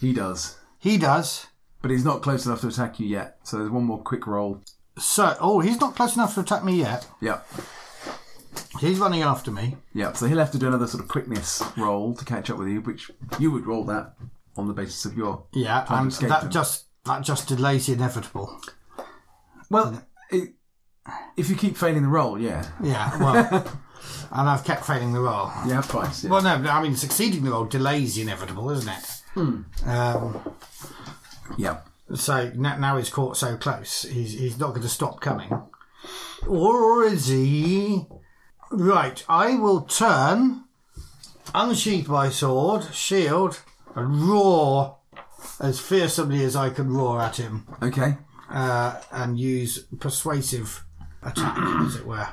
E: He does.
D: He does.
E: But he's not close enough to attack you yet, so there's one more quick roll.
D: So, oh, he's not close enough to attack me yet.
E: Yep.
D: He's running after me.
E: Yep, so he'll have to do another sort of quickness roll to catch up with you, which you would roll that on the basis of your.
D: Yeah,
E: to
D: and
E: escape
D: that
E: him.
D: just that just delays the inevitable.
E: Well, it, if you keep failing the roll, yeah.
D: Yeah, well, and I've kept failing the roll.
E: Yeah, twice. Yeah.
D: Well, no, no, I mean succeeding the roll delays the inevitable, isn't it? Um,
E: Yep.
D: so now, now he's caught so close, he's he's not going to stop coming, or is he? Right, I will turn, unsheath my sword, shield, and roar as fearsomely as I can roar at him.
E: Okay.
D: uh, and use persuasive attack, as it were.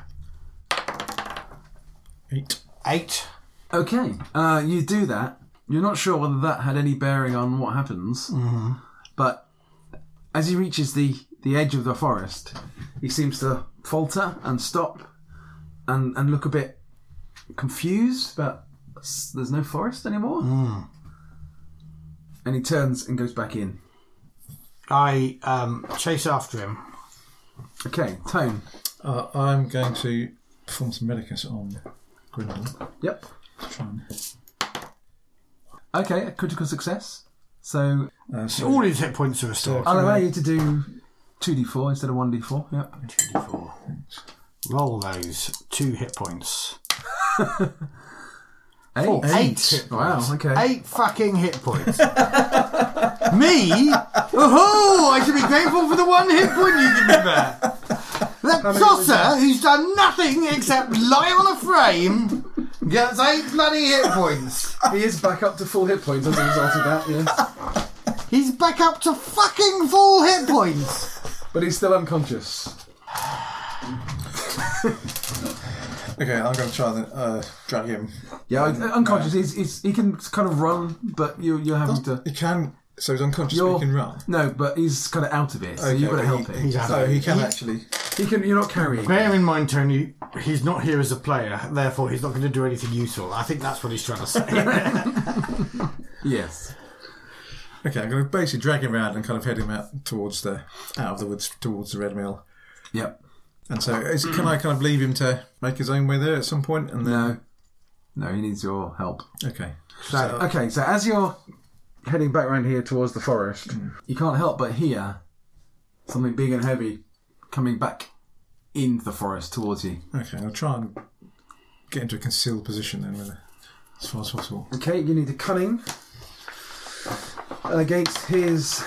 C: Eight.
D: Eight.
E: Okay, uh, you do that. You're not sure whether that had any bearing on what happens, but as he reaches the, the edge of the forest, he seems to falter and stop and, and look a bit confused, but s- there's no forest anymore. And he turns and goes back in.
D: I um, chase after him.
E: Okay, Tone.
C: Uh, I'm going to perform some medicus on Grindel. to
E: Yep.
C: Try and,
E: Okay, a critical success. So
C: uh, so
D: All his hit points are restored.
E: I'll allow you to do 2d4 instead of 1d4. Yep.
D: Roll those two hit points.
E: Eight.
D: Eight. hit
E: Wow,
D: points.
E: okay.
D: Eight fucking hit points. me? Oh, I should be grateful for the one hit point you give me back. That tosser who's done nothing except lie on a frame gets eight bloody hit points.
B: He is back up to full hit points as a result of that, yes.
D: He's back up to fucking full hit points.
B: But he's still unconscious.
C: okay, I'm going to try and uh, drag him.
E: Yeah, un- Uh, unconscious. He's, he's, he can kind of run, but you, you're having to.
C: He can. So he's unconscious, but
E: You're,
C: he can run.
E: No, but he's kind of out of it, so
C: Okay,
E: you've got to
C: but
E: help
C: he-
E: him.
C: So he can actually.
E: He can. You're not carrying.
D: Bear in mind, Tony, he's not here as a player, therefore he's not going to do anything useful. I think that's what he's trying to say.
E: Yes.
C: Okay, I'm going to basically drag him around and kind of head him out towards the out of the woods towards the red mill.
E: Yep.
C: And so, is,
E: Mm.
C: can I kind of leave him to make his own way there at some point? And then,
E: No. No, he needs your help.
C: okay, Uh,
D: so,
E: Okay, so as you're heading back round here towards the forest,
D: Hmm.
E: you can't help but hear something big and heavy coming back into the forest towards you.
C: okay, I'll try and get into a concealed position then, with it, as far as possible.
E: Okay, you need a cunning against his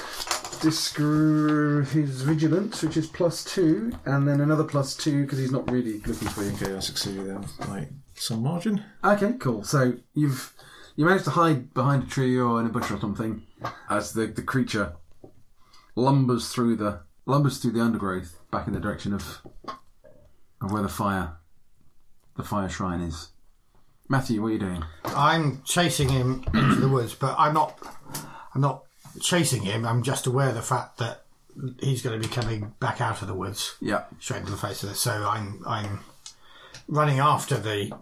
E: discr- his vigilance, which is plus two, and then another plus two because he's not really looking for you.
C: Okay, I succeeded then, um, like some margin.
E: Okay, cool. So you've you managed to hide behind a tree or in a bush or something as the the creature lumbers through the lumbers through the undergrowth back in the direction of of where the fire the fire shrine is. Matthew, what are you doing?
D: I'm chasing him into the woods, but I'm not. I'm not chasing him. I'm just aware of the fact that he's going to be coming back out of the woods,
E: Yeah.
D: straight into the face of this. So I'm I'm running after the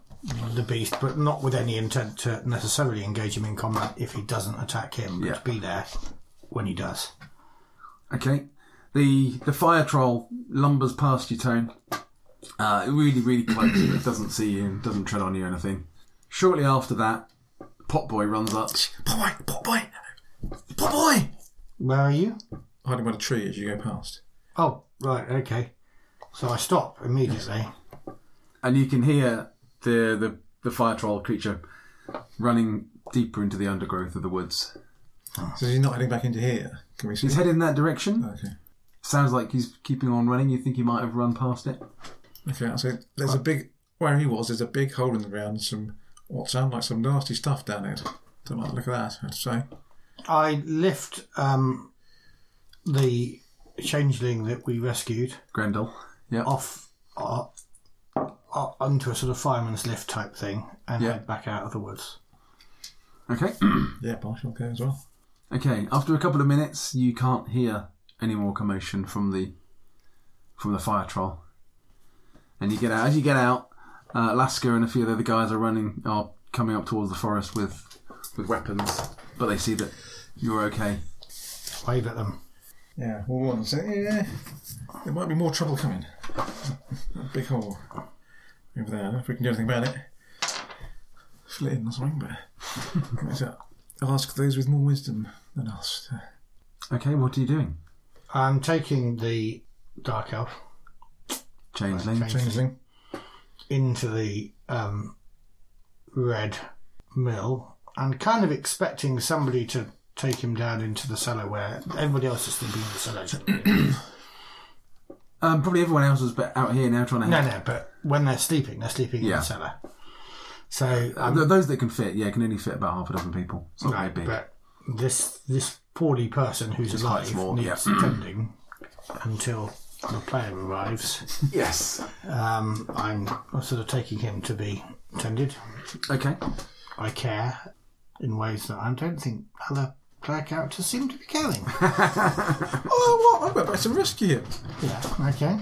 D: the beast, but not with any intent to necessarily engage him in combat if he doesn't attack him, but
E: Yeah.
D: to be there when he does.
E: Okay. The the fire troll lumbers past you, Tone. Uh, really, really close. it doesn't see you, doesn't tread on you or anything. Shortly after that, Potboy runs up.
C: Pot boy, pot boy, pot boy.
D: Where are you?
C: Hiding by the tree as you go past.
D: Oh, right, okay. So I stop immediately.
E: and you can hear the the, the fire troll creature running deeper into the undergrowth of the woods.
C: So he's not heading back into here. Can we see?
E: He's headed in that direction.
C: Okay.
E: Sounds like he's keeping on running. You think he might have run past it?
C: Okay, so there's a big where he was. There's a big hole in the ground. Some what sound like some nasty stuff down it. Don't like the look at that. I'd say.
D: I lift um, the changeling that we rescued
E: Grendel. Yeah.
D: off uh, uh, onto a sort of fireman's lift type thing and
E: Yeah.
D: head back out of the woods.
E: Okay.
C: Yeah, partial go as well.
E: okay. After a couple of minutes, you can't hear any more commotion from the from the fire troll. And you get out. As you get out, uh, Lasker and a few of the other guys are running, are coming up towards the forest with with weapons, but they see that you're okay.
D: Wave at them.
C: Yeah, well, one. So yeah, there might be more trouble coming. A big hole. over there. I don't know if we can do anything about it. Fill it in or something, but So I'll ask those with more wisdom than us. To...
E: Okay, what are you doing?
D: I'm taking the dark elf
E: Changeling.
C: Changeling.
D: into the um, red mill and kind of expecting somebody to take him down into the cellar where everybody else is thinking of the cellar.
E: Um, probably everyone else is ba- out here now trying to
D: no,
E: help.
D: no, but when they're sleeping, they're sleeping in
E: Yeah.
D: the cellar. So
E: Uh,
D: I'm
E: th- those that can fit, yeah, can only fit about half a dozen people. It's not very big.
D: but this this poorly person who's
E: It's quite
D: alive
E: small,
D: needs
E: yeah.
D: tending until the player arrives.
E: Yes.
D: Um, I'm sort of taking him to be tended.
E: Okay.
D: I care in ways that I don't think other player characters seem to be caring.
C: Oh, what? I've got to rescue you.
D: yeah. Okay.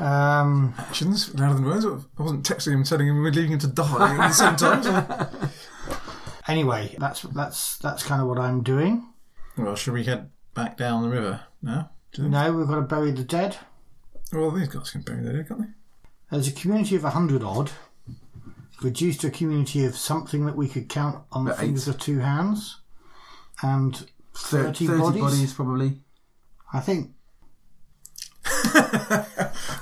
D: Um,
C: Actions louder than words. I wasn't texting him telling him we're leaving him to die at the same time.
D: anyway, that's that's that's kind of what I'm doing.
C: Well, should we head back down the river now? Do you think?
D: No, we've got to bury the dead.
C: Well, these guys can bury their dead, can't they?
D: There's a community of 100 odd, reduced to a community of something that we could count on the
E: About
D: fingers
E: eight.
D: of two hands, and
E: Thir-
D: 30, bodies.
E: probably.
D: I think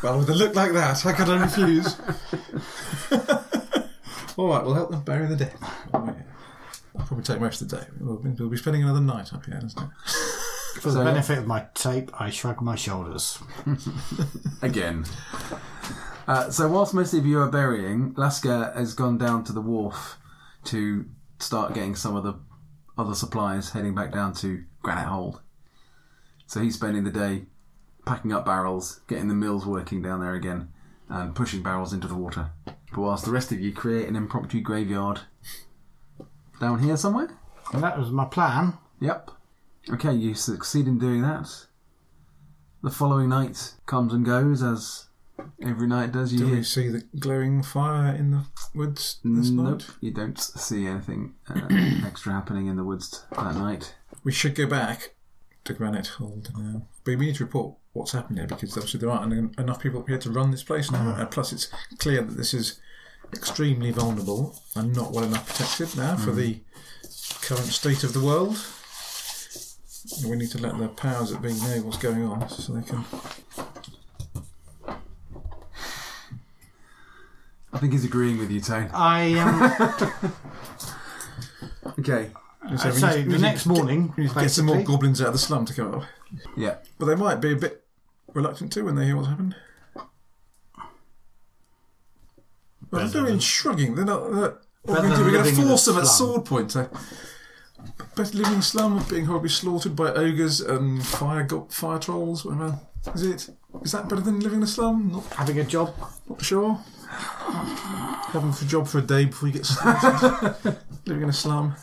C: Well, with a look like that, how could I refuse? All right, we'll help them bury the dead. Oh, yeah. I'll probably take most of the day. We'll be, we'll be spending another night up here, isn't it?
D: for the benefit of my tape, I shrug my shoulders.
E: Again. Uh, so, whilst most of you are burying, Lasker has gone down to the wharf to start getting some of the other supplies heading back down to Granite Hold. So, he's spending the day packing up barrels, getting the mills working down there again, and pushing barrels into the water. But whilst the rest of you create an impromptu graveyard down here somewhere?
D: And that was my plan.
E: Yep. Okay, you succeed in doing that. The following night comes and goes as every night does. You
C: Do
E: hear
C: we see the glowing fire in the woods this
E: nope.
C: night?
E: You don't see anything uh, extra happening in the woods that night.
C: We should go back to Granite Hold now. But we need to report what's happened here because obviously there aren't en- enough people here to run this place now. And plus, it's clear that this is extremely vulnerable and not well enough protected now for the current state of the world. And We need to let the powers that be know what's going on so they can.
E: I think he's agreeing with you, Tone.
D: I um,
E: Okay.
C: So we
D: so
C: need- we
D: the
C: need
D: next
C: to
D: morning,
C: get- get some more
D: basically-
C: goblins out of the slum to come up.
E: Yeah.
C: But they might be a bit reluctant to when they hear what's happened. Well, they're doing shrugging. They're not. They're, what are we
D: Better
C: going to do? We're
D: than
C: going to
D: living in
C: force
D: a
C: them at
D: slum.
C: sword point. So. Better living in a slum, being horribly slaughtered by ogres and fire go- fire trolls. Whatever. Is it? Is that better than living in a slum? Not,
D: having a job.
C: not sure. Having a job for a day before you get slaughtered. living in a slum.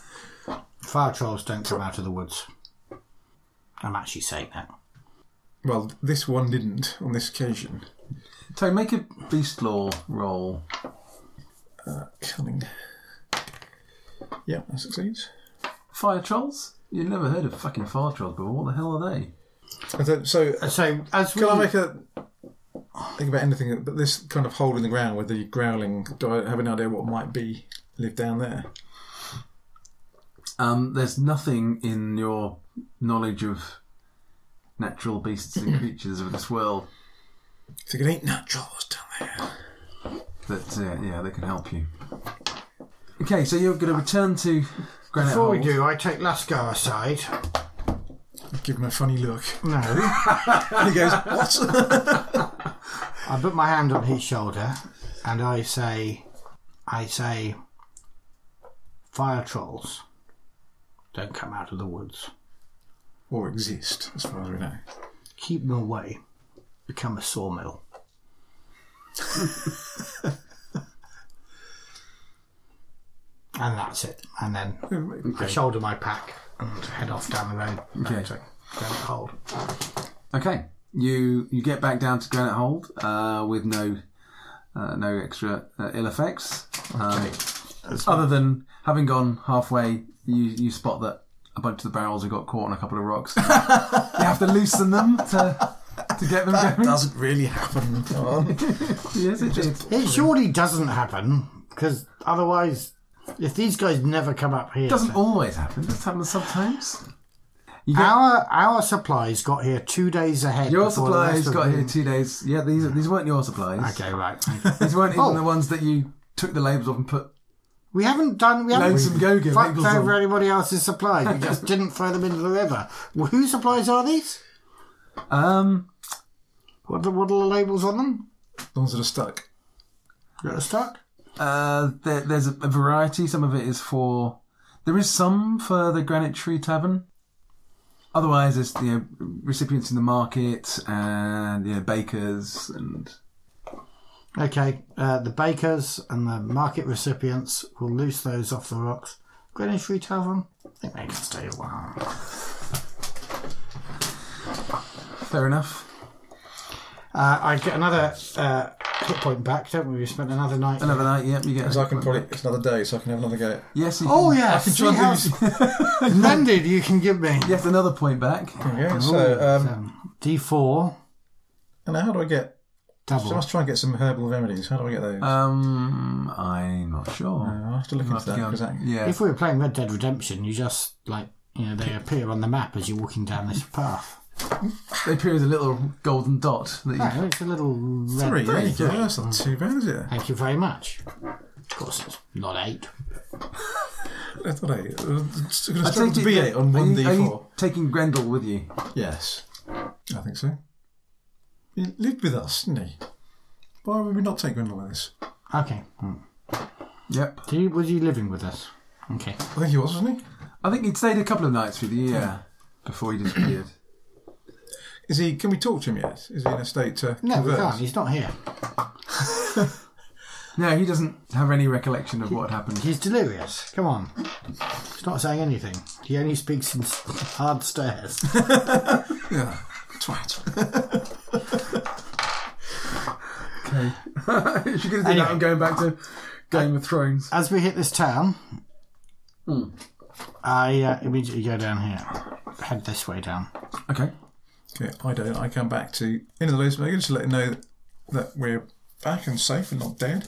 D: Fire trolls don't come out of the woods. I'm actually saying that.
C: Well, this one didn't on this occasion.
E: Tone, make a beast law roll.
C: Cunning. Yeah, that succeeds.
E: Fire trolls? You've never heard of fucking fire trolls before. What the hell are they?
C: I don't, so uh,
D: So as we
C: Can I make a think about anything? But this kind of hole in the ground with the growling. Do I have an idea what might be live down there?
E: Um, there's nothing in your knowledge of natural beasts and creatures of this world
C: Think it ain't natural what's down there.
E: that uh, yeah they can help you. Okay, so you're going to return to Granite
D: before we
E: Hold.
D: do, I take Lascar aside.
C: Give him a funny look.
D: No,
C: he goes, "What?"
D: I put my hand on his shoulder and I say, I say, fire trolls don't come out of the woods.
C: or exist, as far as we know.
D: Keep them away. Become a sawmill. and that's it. And then I shoulder my pack and head off down the road. back
E: Okay.
D: to Granite Hold.
E: Okay, you you get back down to Granite Hold uh, with no uh, no extra uh, ill effects, um, other than having gone halfway, you you spot that a bunch of the barrels have got caught on a couple of rocks. you have to loosen them to to get them
C: That
E: going.
C: doesn't really happen. Come on.
E: Yes, it did.
D: It surely doesn't happen because otherwise, if these guys never come up here,
E: Doesn't always happen. It happens sometimes.
D: our our supplies got here two days ahead.
E: Your
D: before the rest
E: supplies
D: of
E: got
D: them.
E: here two days. Yeah, these these weren't your supplies.
D: Okay, right.
E: These weren't even
D: Oh.
E: the ones that you took the labels off and put.
D: we haven't done. We haven't
E: Lonesome Gogo,
D: fucked
E: Mabel's
D: over
E: on.
D: anybody else's supplies. We just didn't throw them into the river. Well, whose supplies are these?
E: Um,
D: What are, what are the labels on them?
C: The ones that are stuck.
D: That are stuck.
E: uh, there, there's a, a variety. Some of it is for. There is some for the Granite Tree Tavern. Otherwise, there's you know, recipients in the market and you know, bakers and
D: Okay, uh, the bakers and the market recipients will loose those off the rocks. Greenwich Free Tavern. I think they can stay a while.
E: fair enough.
D: Uh, I get another uh, hit point back, don't we? We spent another night.
E: Another night, yep, you get.
C: Because I can probably. It's another day, so I can have another go.
E: Yes, you
D: Oh
E: can-
D: yeah,
C: I can
D: see
C: try and
D: how
C: do
D: splendid you can give me.
E: Yes, another point back.
C: Okay, so. Um,
D: D four
C: and how do I get. So I
D: double.
C: must try and get some herbal remedies. How do I get those?
E: Um, I'm not sure.
C: I'll Uh, have to look into that. because that
E: yeah,
D: If we were playing Red Dead Redemption, you just like you know they appear on the map as you're walking down this path.
E: they appear as a little golden dot that you
D: Oh, it's a little red.
C: Three, there you go. That's not too bad, is it?
D: Thank you very much. Of course, it's not eight.
C: I thought I, uh, it's going to
E: I
C: start
E: take
C: with
E: it
C: B8
E: that-
C: on
E: are you-
C: one
E: Are
C: D4.
E: you taking Grendel with you?
C: Yes. I think so. He lived with us, didn't he? Why would we not take Grendel with us?
D: Okay. Hmm.
E: Yep.
D: Did you, was you living with us? Okay.
C: I think he was, wasn't he?
E: I think he'd stayed a couple of nights with you, yeah, before he disappeared.
C: Is he? Can we talk to him yet? Is he in a state to
D: No, we
C: converse?
D: can't. He's not here.
E: no, he doesn't have any recollection of what happened.
D: He's delirious. Come on. He's not saying anything. He only speaks in s- hard stares.
C: Yeah. Twat.
E: If You're going to do
D: Anyway.
E: that. I'm going back to Game of Thrones.
D: As we hit this town, I uh, immediately go down here. Head this way down.
E: Okay.
C: okay, I don't. I come back to into the Lisbon just to let him know that we're back and safe and not dead.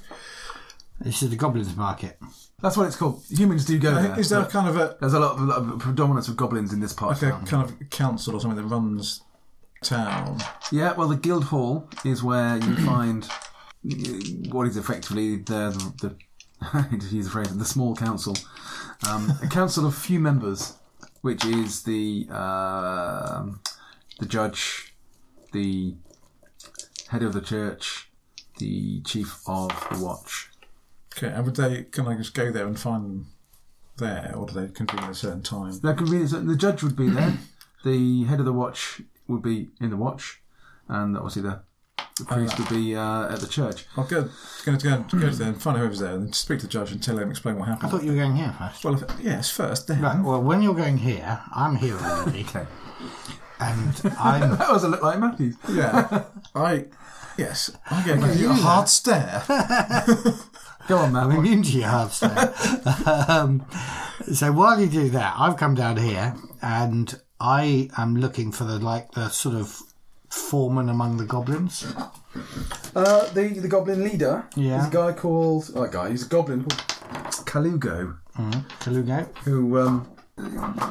D: This is the Goblins Market.
E: That's what it's called. Humans do go there.
C: is there
E: but
C: kind of a
E: There's a lot, of, a lot of predominance of goblins in this part.
C: like a kind of council or something that runs town?
E: Yeah, well, the Guild Hall is where you find uh, what is effectively the the, the to use the phrase the small council, um, a council of few members, which is the um the judge, the head of the church, the chief of the watch.
C: Okay, and would they? Can I just go there and find them there, or do they convene at a certain time?
E: There could be so the judge would be there, the head of the watch would be in the watch, and obviously the, the priest would be uh, at the church.
C: I'll go. Going to go, and- go to there and find whoever's there, and then speak to the judge and tell him, explain what
D: I
C: happened.
D: thought you were going here first.
C: Well, if, yes, first then.
D: Right, well, when you're going here, I'm here already.
E: Okay,
D: And I'm.
E: that was a look like Matthews.
C: Yeah, I. Yes, I'm going to give you a hard stare.
E: Go on, man.
D: I'm immune to your hard stare. um, so while you do that, I've come down here and I am looking for the like the sort of foreman among the goblins.
E: Uh, the the goblin leader
D: Yeah.
E: is a guy called oh, a guy. He's a goblin called Kalugo,
D: Kalugo.
E: who um,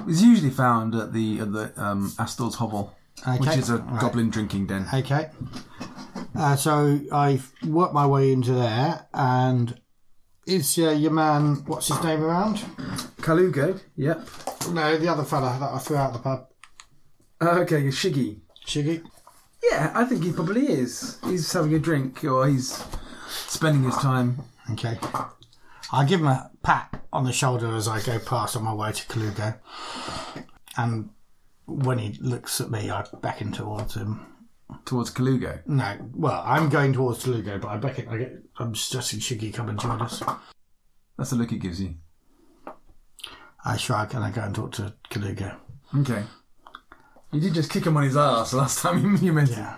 E: is usually found at the at the um, Astor's hovel, which
D: Okay.
E: is a
D: Right.
E: goblin drinking den.
D: Okay. Uh, so I've worked my way into there, and is uh, your man, what's his name around?
E: Kalugo, yep.
D: No, the other fella that I threw out the pub.
E: Uh, okay, Shiggy.
D: Shiggy.
E: Yeah, I think he probably is. He's having a drink, or he's spending his time.
D: Okay. I give him a pat on the shoulder as I go past on my way to Kalugo. And when he looks at me, I beckon towards him.
E: Towards Kalugo.
D: No, well, I'm going towards Kalugo, but I beckon, I get, I'm suggesting Shiggy come and join us.
E: That's the look he gives you.
D: I shrug and I go and talk to Kalugo.
E: Okay. You did just kick him on his ass last time you, you met him.
D: Yeah.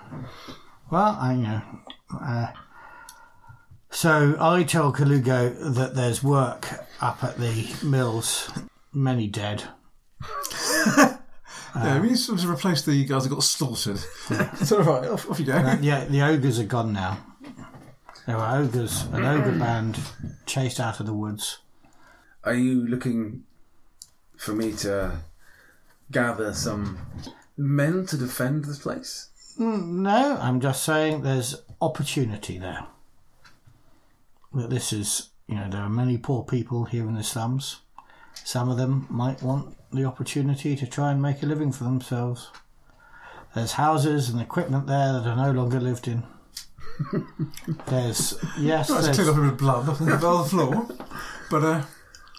D: Well, I know. Uh, so I tell Kalugo that there's work up at the mills, many dead.
C: yeah, we need to sort of replace the guys that got slaughtered. it's all right. Off, off you go.
D: Yeah, the ogres are gone now. There were ogres, an ogre band chased out of the woods.
E: Are you looking for me to gather some men to defend this place?
D: Mm, No, I'm just saying there's opportunity there. That this is, you know, there are many poor people here in the slums. Some of them might want the opportunity to try and make a living for themselves. There's houses and equipment there that are no longer lived in. there's yes,
C: That's
D: there's,
C: cleared up a bit of blood off the, off the floor. But uh,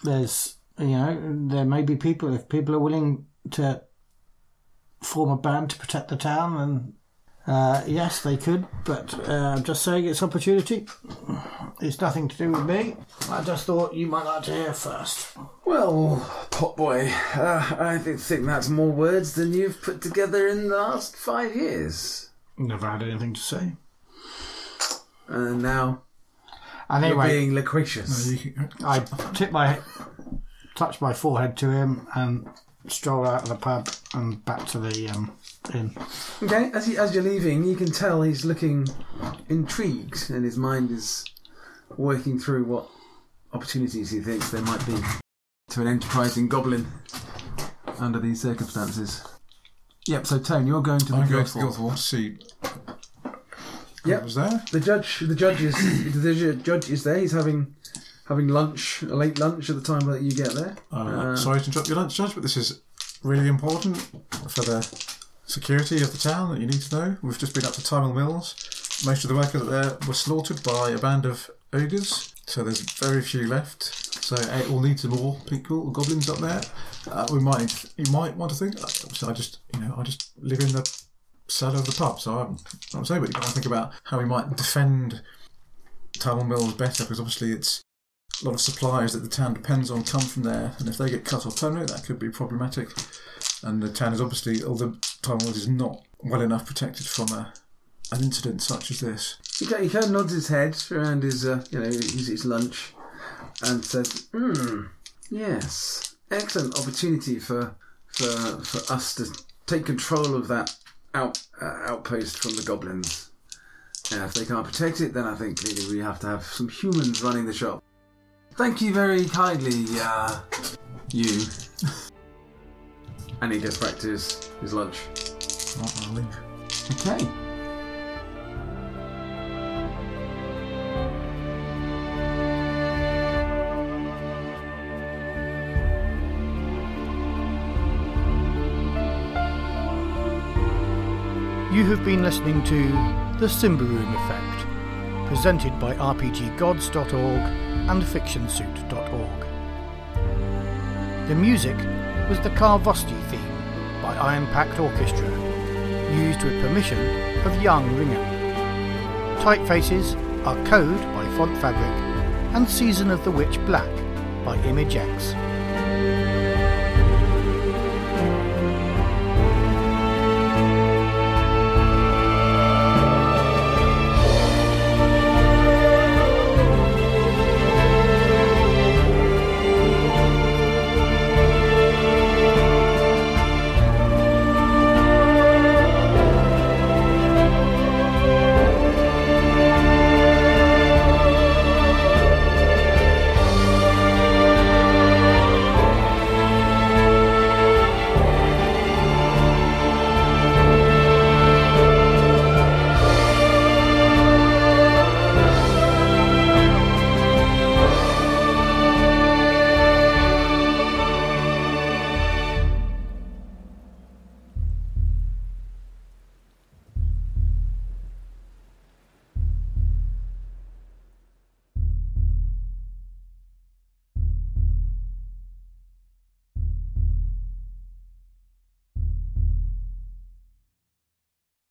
D: there's you know there may be people if people are willing to form a band to protect the town and uh, yes they could but uh, i'm just saying it's opportunity it's nothing to do with me i just thought you might like to hear first
E: Well, Potboy, uh, I thi- think that's more words than you've put together in the last five years.
D: never had anything to say
E: And Uh, now
D: and
E: you're
D: anyway
E: being loquacious.
C: you can,
D: i tip my touch my forehead to him and stroll out of the pub and back to the um, inn
E: Okay, as, you, as you're leaving, you can tell he's looking intrigued and his mind is working through what opportunities he thinks there might be to an enterprising goblin under these circumstances. Yep, so Tone, you're going to the
C: I go
E: guild
C: to the
E: hall.
C: Guildhall to see
E: Yep.
C: what was there.
E: The judge, the judge is the ju- judge is there. He's having having lunch, a late lunch at the time that you get there.
C: Uh, sorry to interrupt your lunch, Judge, but this is really important for the security of the town that you need to know. We've just been up to Tymel Mills. Most of the workers up there were slaughtered by a band of ogres, so there's very few left. So eh, we'll need some more people, goblins up there. Uh, we might, you might want to think. uh, So I just, you know, I just live in the cellar of the pub, so I'm not saying, but you got to think about how we might defend Tymel Mills better, because obviously it's a lot of supplies that the town depends on come from there, and if they get cut off permanently, that could be problematic. And the town is obviously, although Taiwan is not well enough protected from a, an incident such as this.
E: He, ca- he kind of nods his head around his, uh, you know, his, his lunch, and says, "Hmm, yes, excellent opportunity for for for us to take control of that out uh, outpost from the goblins. And if they can't protect it, then I think clearly we have to have some humans running the shop." Thank you very kindly, uh, you. and he goes back to his, his lunch.
C: Right, I'll leave.
E: Okay.
A: You have been listening to The Simbaroom Effect, presented by RPGGods.org and FictionSuit.org. The music was the Carvosti theme by Iron Pact Orchestra, used with permission of Young Ringer. Typefaces are Code by Font Fabric and Season of the Witch Black by ImageX.